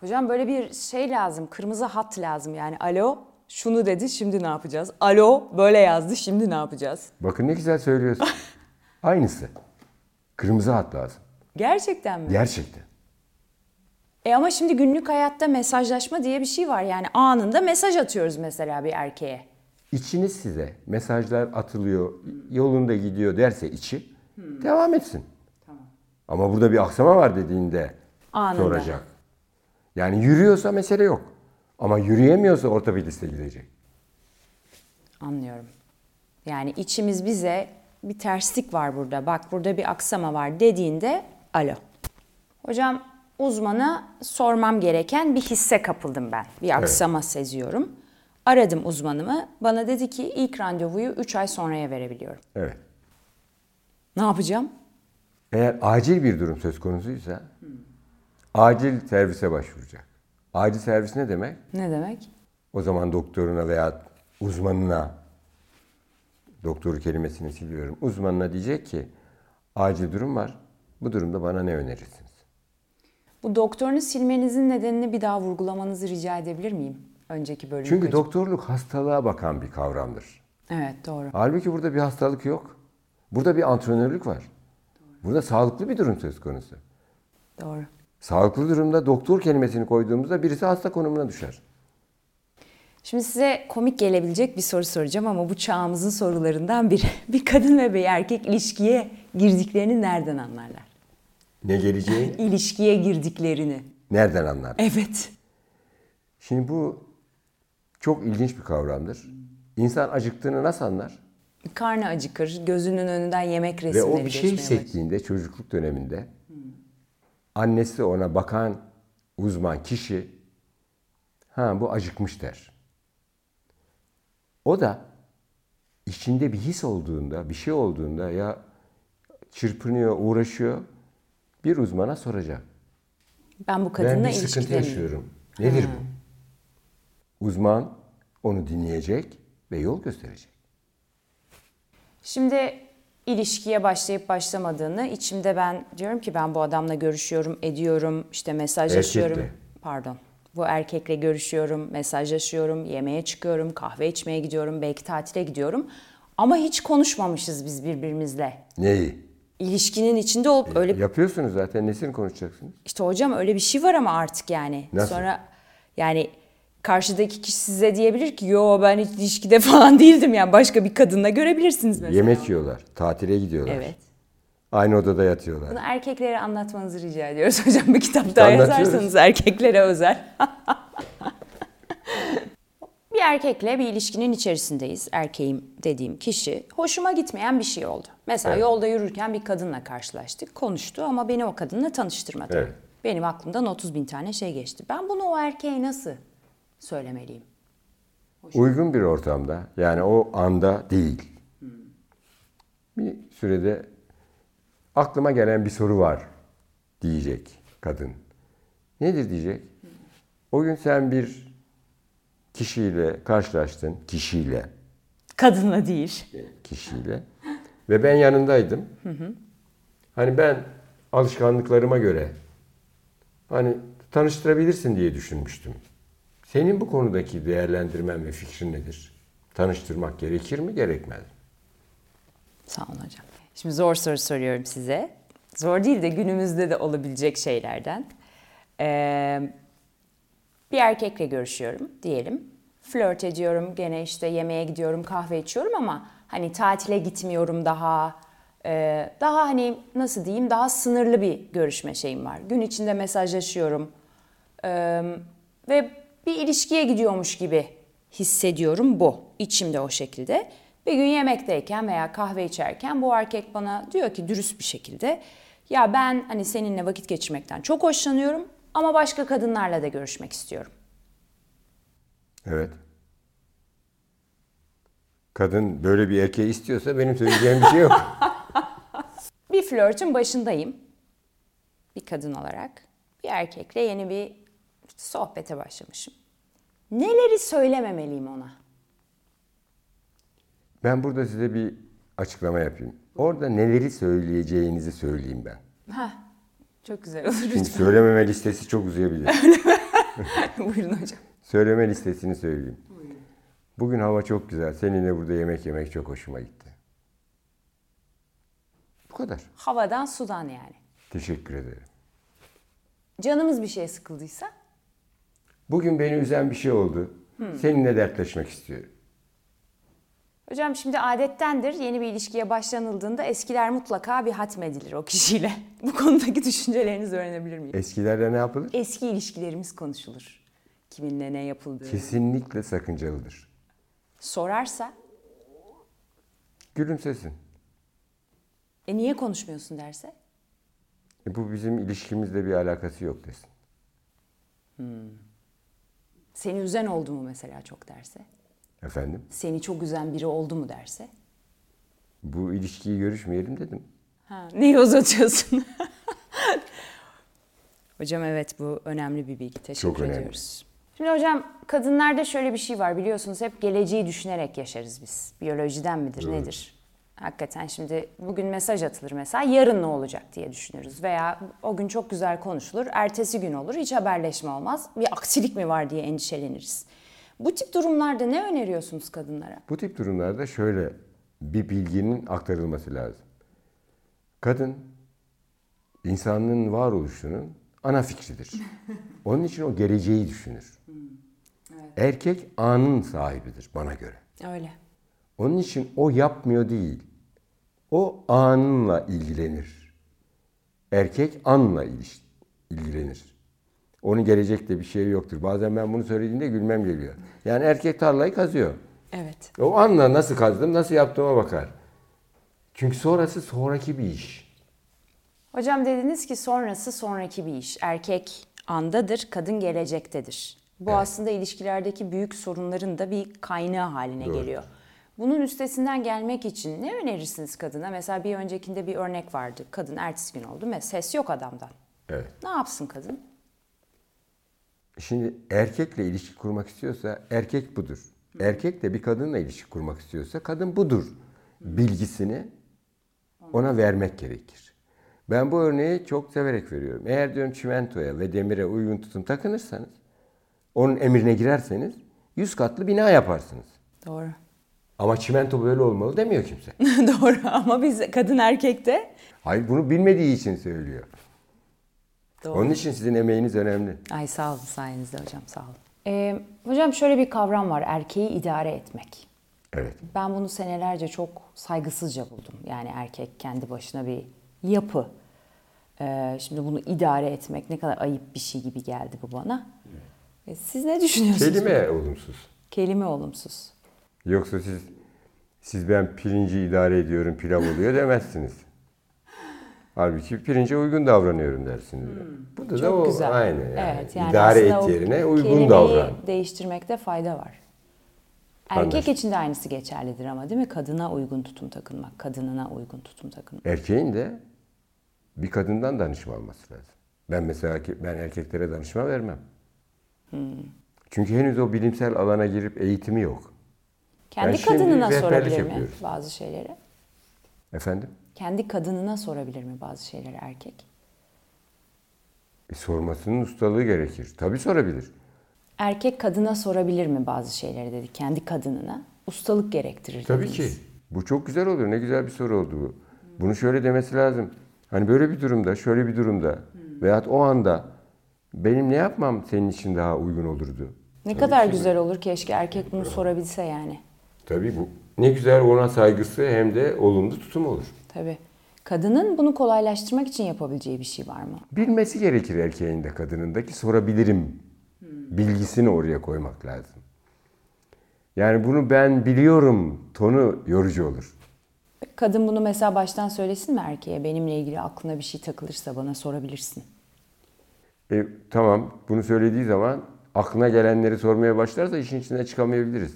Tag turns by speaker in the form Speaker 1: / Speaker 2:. Speaker 1: Hocam böyle bir şey lazım, kırmızı hat lazım yani. Alo, şunu dedi, şimdi ne yapacağız? Alo, böyle yazdı, şimdi ne yapacağız?
Speaker 2: Bakın ne güzel söylüyorsun. Aynısı. Kırmızı hat lazım.
Speaker 1: Gerçekten mi?
Speaker 2: Gerçekten.
Speaker 1: E ama şimdi günlük hayatta mesajlaşma diye bir şey var. Yani anında mesaj atıyoruz mesela bir erkeğe.
Speaker 2: İçiniz size mesajlar atılıyor, yolunda gidiyor derse içi devam etsin. Ama burada bir aksama var dediğinde
Speaker 1: Anında.
Speaker 2: soracak. Yani yürüyorsa mesele yok. Ama yürüyemiyorsa ortopediste gidecek.
Speaker 1: Anlıyorum. Yani içimiz bize bir terslik var burada. Bak burada bir aksama var dediğinde alo. Hocam uzmana sormam gereken bir hisse kapıldım ben. Bir aksama seziyorum. Aradım uzmanımı. Bana dedi ki ilk randevuyu 3 ay sonraya verebiliyorum.
Speaker 2: Evet.
Speaker 1: Ne yapacağım?
Speaker 2: Eğer acil bir durum söz konusuysa acil servise başvuracak. Acil servis ne demek?
Speaker 1: Ne demek?
Speaker 2: O zaman doktoruna veya uzmanına doktoru kelimesini siliyorum. Uzmanına diyecek ki acil durum var. Bu durumda bana ne önerirsiniz?
Speaker 1: Bu doktorunu silmenizin nedenini bir daha vurgulamanızı rica edebilir miyim? Önceki bölümde.
Speaker 2: Çünkü doktorluk hastalığa bakan bir kavramdır.
Speaker 1: Evet doğru.
Speaker 2: Halbuki burada bir hastalık yok. Burada bir antrenörlük var. Burada sağlıklı bir durum söz konusu.
Speaker 1: Doğru.
Speaker 2: Sağlıklı durumda doktor kelimesini koyduğumuzda birisi hasta konumuna düşer.
Speaker 1: Şimdi size komik gelebilecek bir soru soracağım ama bu çağımızın sorularından biri. Bir kadın ve bir erkek ilişkiye girdiklerini nereden anlarlar?
Speaker 2: Ne geleceği
Speaker 1: İlişkiye girdiklerini.
Speaker 2: nereden anlar?
Speaker 1: Evet.
Speaker 2: Şimdi bu çok ilginç bir kavramdır. İnsan acıktığını nasıl anlar?
Speaker 1: Karnı acıkır, gözünün önünden yemek
Speaker 2: Ve
Speaker 1: resimleri
Speaker 2: o bir şey
Speaker 1: geçmeye başlar.
Speaker 2: hissettiğinde çocukluk döneminde annesi ona bakan uzman kişi ha bu acıkmış der. O da içinde bir his olduğunda, bir şey olduğunda ya çırpınıyor, uğraşıyor bir uzmana soracak.
Speaker 1: Ben bu
Speaker 2: Ben
Speaker 1: kadınla
Speaker 2: bir sıkıntı
Speaker 1: ilişkide miyim?
Speaker 2: yaşıyorum. Nedir bu? Uzman onu dinleyecek ve yol gösterecek.
Speaker 1: Şimdi ilişkiye başlayıp başlamadığını içimde ben diyorum ki ben bu adamla görüşüyorum, ediyorum, işte mesajlaşıyorum.
Speaker 2: Erkekle.
Speaker 1: Pardon. Bu erkekle görüşüyorum, mesajlaşıyorum, yemeğe çıkıyorum, kahve içmeye gidiyorum, belki tatile gidiyorum. Ama hiç konuşmamışız biz birbirimizle.
Speaker 2: Neyi?
Speaker 1: İlişkinin içinde olup öyle
Speaker 2: Yapıyorsunuz zaten. Nesini konuşacaksınız?
Speaker 1: işte hocam öyle bir şey var ama artık yani.
Speaker 2: Nasıl?
Speaker 1: Sonra yani karşıdaki kişi size diyebilir ki yo ben hiç ilişkide falan değildim yani başka bir kadınla görebilirsiniz mesela.
Speaker 2: Yemek yiyorlar, tatile gidiyorlar.
Speaker 1: Evet.
Speaker 2: Aynı odada yatıyorlar.
Speaker 1: Bunu erkeklere anlatmanızı rica ediyoruz hocam. Bir kitap daha
Speaker 2: Anlatıyoruz.
Speaker 1: yazarsanız erkeklere özel. bir erkekle bir ilişkinin içerisindeyiz. Erkeğim dediğim kişi. Hoşuma gitmeyen bir şey oldu. Mesela
Speaker 2: Evet.
Speaker 1: yolda yürürken bir kadınla karşılaştık. Konuştu ama beni o kadınla tanıştırmadı.
Speaker 2: Evet.
Speaker 1: Benim aklımdan 30 bin tane şey geçti. Ben bunu o erkeğe nasıl söylemeliyim?
Speaker 2: Uygun bir ortamda, yani o anda değil.
Speaker 1: Hmm.
Speaker 2: Bir sürede aklıma gelen bir soru var diyecek kadın. Nedir diyecek?
Speaker 1: Hmm.
Speaker 2: O gün sen bir kişiyle karşılaştın, kişiyle,
Speaker 1: Kadınla değil.
Speaker 2: kişiyle ve ben yanındaydım. Hani ben alışkanlıklarıma göre hani tanıştırabilirsin diye düşünmüştüm. Senin bu konudaki değerlendirmen ve fikrin nedir? Tanıştırmak gerekir mi, gerekmez mi?
Speaker 1: Sağ olun hocam. Şimdi zor soru soruyorum size. Zor değil de günümüzde de olabilecek şeylerden. Ee, bir erkekle görüşüyorum diyelim. Flört ediyorum, gene işte yemeğe gidiyorum, kahve içiyorum ama hani tatile gitmiyorum daha. Ee, daha hani nasıl diyeyim daha sınırlı bir görüşme şeyim var. Gün içinde mesajlaşıyorum. Ee, ve bir ilişkiye gidiyormuş gibi hissediyorum bu. İçimde o şekilde. Bir gün yemekteyken veya kahve içerken bu erkek bana diyor ki dürüst bir şekilde ya ben hani seninle vakit geçirmekten çok hoşlanıyorum ama başka kadınlarla da görüşmek istiyorum.
Speaker 2: Evet. Kadın böyle bir erkeği istiyorsa benim söyleyeceğim bir şey yok.
Speaker 1: Bir flörtün başındayım. Bir kadın olarak bir erkekle yeni bir işte sohbete başlamışım. Neleri söylememeliyim ona?
Speaker 2: Ben burada size bir açıklama yapayım. Orada neleri söyleyeceğinizi söyleyeyim ben.
Speaker 1: Heh, çok güzel olur.
Speaker 2: Şimdi söylememe listesi çok uzayabilir.
Speaker 1: Buyurun hocam.
Speaker 2: Söyleme listesini söyleyeyim. Bugün hava çok güzel. Seninle burada yemek yemek çok hoşuma gitti. Bu kadar.
Speaker 1: Havadan sudan yani.
Speaker 2: Teşekkür ederim.
Speaker 1: Canımız bir şeye sıkıldıysa
Speaker 2: Bugün beni üzen bir şey oldu. Seninle dertleşmek istiyorum.
Speaker 1: Hocam şimdi adettendir yeni bir ilişkiye başlanıldığında eskiler mutlaka bir hatmedilir o kişiyle. Bu konudaki düşüncelerinizi öğrenebilir miyim?
Speaker 2: Eskilerde ne yapılır?
Speaker 1: Eski ilişkilerimiz konuşulur. Kiminle ne yapıldı?
Speaker 2: Kesinlikle sakıncalıdır.
Speaker 1: Sorarsa
Speaker 2: Gülümsesin.
Speaker 1: e niye konuşmuyorsun derse
Speaker 2: E bu bizim ilişkimizle bir alakası yok desin.
Speaker 1: seni üzen oldu mu mesela çok derse
Speaker 2: Efendim?
Speaker 1: seni çok üzen biri oldu mu derse
Speaker 2: Bu ilişkiyi görüşmeyelim dedim.
Speaker 1: ha, neyi uzatıyorsun? hocam evet bu önemli bir bilgi. Teşekkür
Speaker 2: Çok önemli.
Speaker 1: ediyoruz. Şimdi hocam kadınlarda şöyle bir şey var biliyorsunuz hep geleceği düşünerek yaşarız biz. Biyolojiden midir nedir? Hakikaten şimdi bugün mesaj atılır mesela yarın ne olacak diye düşünürüz. Veya o gün çok güzel konuşulur, ertesi gün olur hiç haberleşme olmaz. Bir aksilik mi var diye endişeleniriz. Bu tip durumlarda ne öneriyorsunuz kadınlara?
Speaker 2: Bu tip durumlarda şöyle bir bilginin aktarılması lazım. Kadın insanlığın varoluşunun ana fikridir. Onun için o geleceği düşünür. Erkek anın sahibidir bana göre.
Speaker 1: Öyle.
Speaker 2: Onun için o yapmıyor değil. O anınla ilgilenir. Erkek anla iliş- ilgilenir. Onun gelecekte bir şey yoktur. Bazen ben bunu söylediğimde gülmem geliyor. Yani erkek tarlayı kazıyor.
Speaker 1: Evet.
Speaker 2: O anla nasıl kazdım, nasıl yaptığıma bakar. Çünkü sonrası sonraki bir iş.
Speaker 1: Hocam dediniz ki sonrası sonraki bir iş. Erkek andadır, kadın gelecektedir. Bu aslında ilişkilerdeki büyük sorunların da bir kaynağı haline geliyor. Bunun üstesinden gelmek için ne önerirsiniz kadına? Mesela bir öncekinde bir örnek vardı. Kadın ertesi gün oldu ve ses yok adamdan.
Speaker 2: Evet.
Speaker 1: Ne yapsın kadın?
Speaker 2: Şimdi erkekle ilişki kurmak istiyorsa erkek budur. Erkek de bir kadınla ilişki kurmak istiyorsa kadın budur. Bilgisini ona vermek gerekir. Ben bu örneği çok severek veriyorum. Eğer diyorum çimentoya ve demire uygun tutum takınırsanız, onun emrine girerseniz yüz katlı bina yaparsınız.
Speaker 1: Doğru.
Speaker 2: Ama çimento böyle olmalı demiyor kimse.
Speaker 1: Doğru ama biz kadın erkekte
Speaker 2: Hayır bunu bilmediği için söylüyor.
Speaker 1: Doğru.
Speaker 2: Onun için sizin emeğiniz önemli.
Speaker 1: Ay sağ olun sayenizde hocam sağ olun. Ee, hocam şöyle bir kavram var erkeği idare etmek.
Speaker 2: Evet.
Speaker 1: Ben bunu senelerce çok saygısızca buldum. Yani erkek kendi başına bir yapı. Ee, şimdi bunu idare etmek ne kadar ayıp bir şey gibi geldi bu bana. E, Siz ne düşünüyorsunuz?
Speaker 2: Kelime olumsuz.
Speaker 1: Kelime olumsuz.
Speaker 2: Yoksa siz siz ben pirinci idare ediyorum pilav oluyor demezsiniz. Halbuki pirince uygun davranıyorum dersiniz. Bu da, da
Speaker 1: Hmm. Çok
Speaker 2: o
Speaker 1: güzel.
Speaker 2: aynı yani.
Speaker 1: Evet, yani
Speaker 2: İdare
Speaker 1: aslında o
Speaker 2: et yerine uygun
Speaker 1: kelimeyi
Speaker 2: davran.
Speaker 1: değiştirmekte fayda var.
Speaker 2: Anladım.
Speaker 1: Erkek için de aynısı geçerlidir ama değil mi? Kadına uygun tutum takınmak, kadınına uygun tutum takınmak.
Speaker 2: Erkeğin de bir kadından danışma alması lazım. Ben mesela ki- ben erkeklere danışma vermem.
Speaker 1: Hmm.
Speaker 2: Çünkü henüz o bilimsel alana girip eğitimi yok.
Speaker 1: Kendi
Speaker 2: Ben şimdi
Speaker 1: kadınına
Speaker 2: rehberlik
Speaker 1: sorabilir mi
Speaker 2: yapıyoruz.
Speaker 1: bazı şeyleri?
Speaker 2: Efendim?
Speaker 1: Kendi kadınına sorabilir mi bazı şeyleri erkek?
Speaker 2: E, sormasının ustalığı gerekir. Tabii sorabilir.
Speaker 1: Erkek kadına sorabilir mi bazı şeyleri dedi kendi kadınına? Ustalık gerektirir
Speaker 2: Tabii
Speaker 1: dediniz.
Speaker 2: ki. Bu çok güzel oluyor. Ne güzel bir soru oldu bu. Bunu şöyle demesi lazım. Hani böyle bir durumda, şöyle bir durumda veyahut o anda benim ne yapmam senin için daha uygun olurdu?
Speaker 1: Ne kadar güzel olur keşke erkek bunu sorabilse yani.
Speaker 2: Tabii bu. Ne güzel ona saygısı hem de olumlu tutum olur.
Speaker 1: Tabii. Kadının bunu kolaylaştırmak için yapabileceği bir şey var mı?
Speaker 2: Bilmesi gerekir erkeğin de kadınındaki sorabilirim bilgisini oraya koymak lazım. Yani bunu ben biliyorum tonu yorucu olur.
Speaker 1: Kadın bunu mesela baştan söylesin mi erkeğe? Benimle ilgili aklına bir şey takılırsa bana sorabilirsin.
Speaker 2: E, tamam bunu söylediği zaman aklına gelenleri sormaya başlarsa işin içinden çıkamayabiliriz.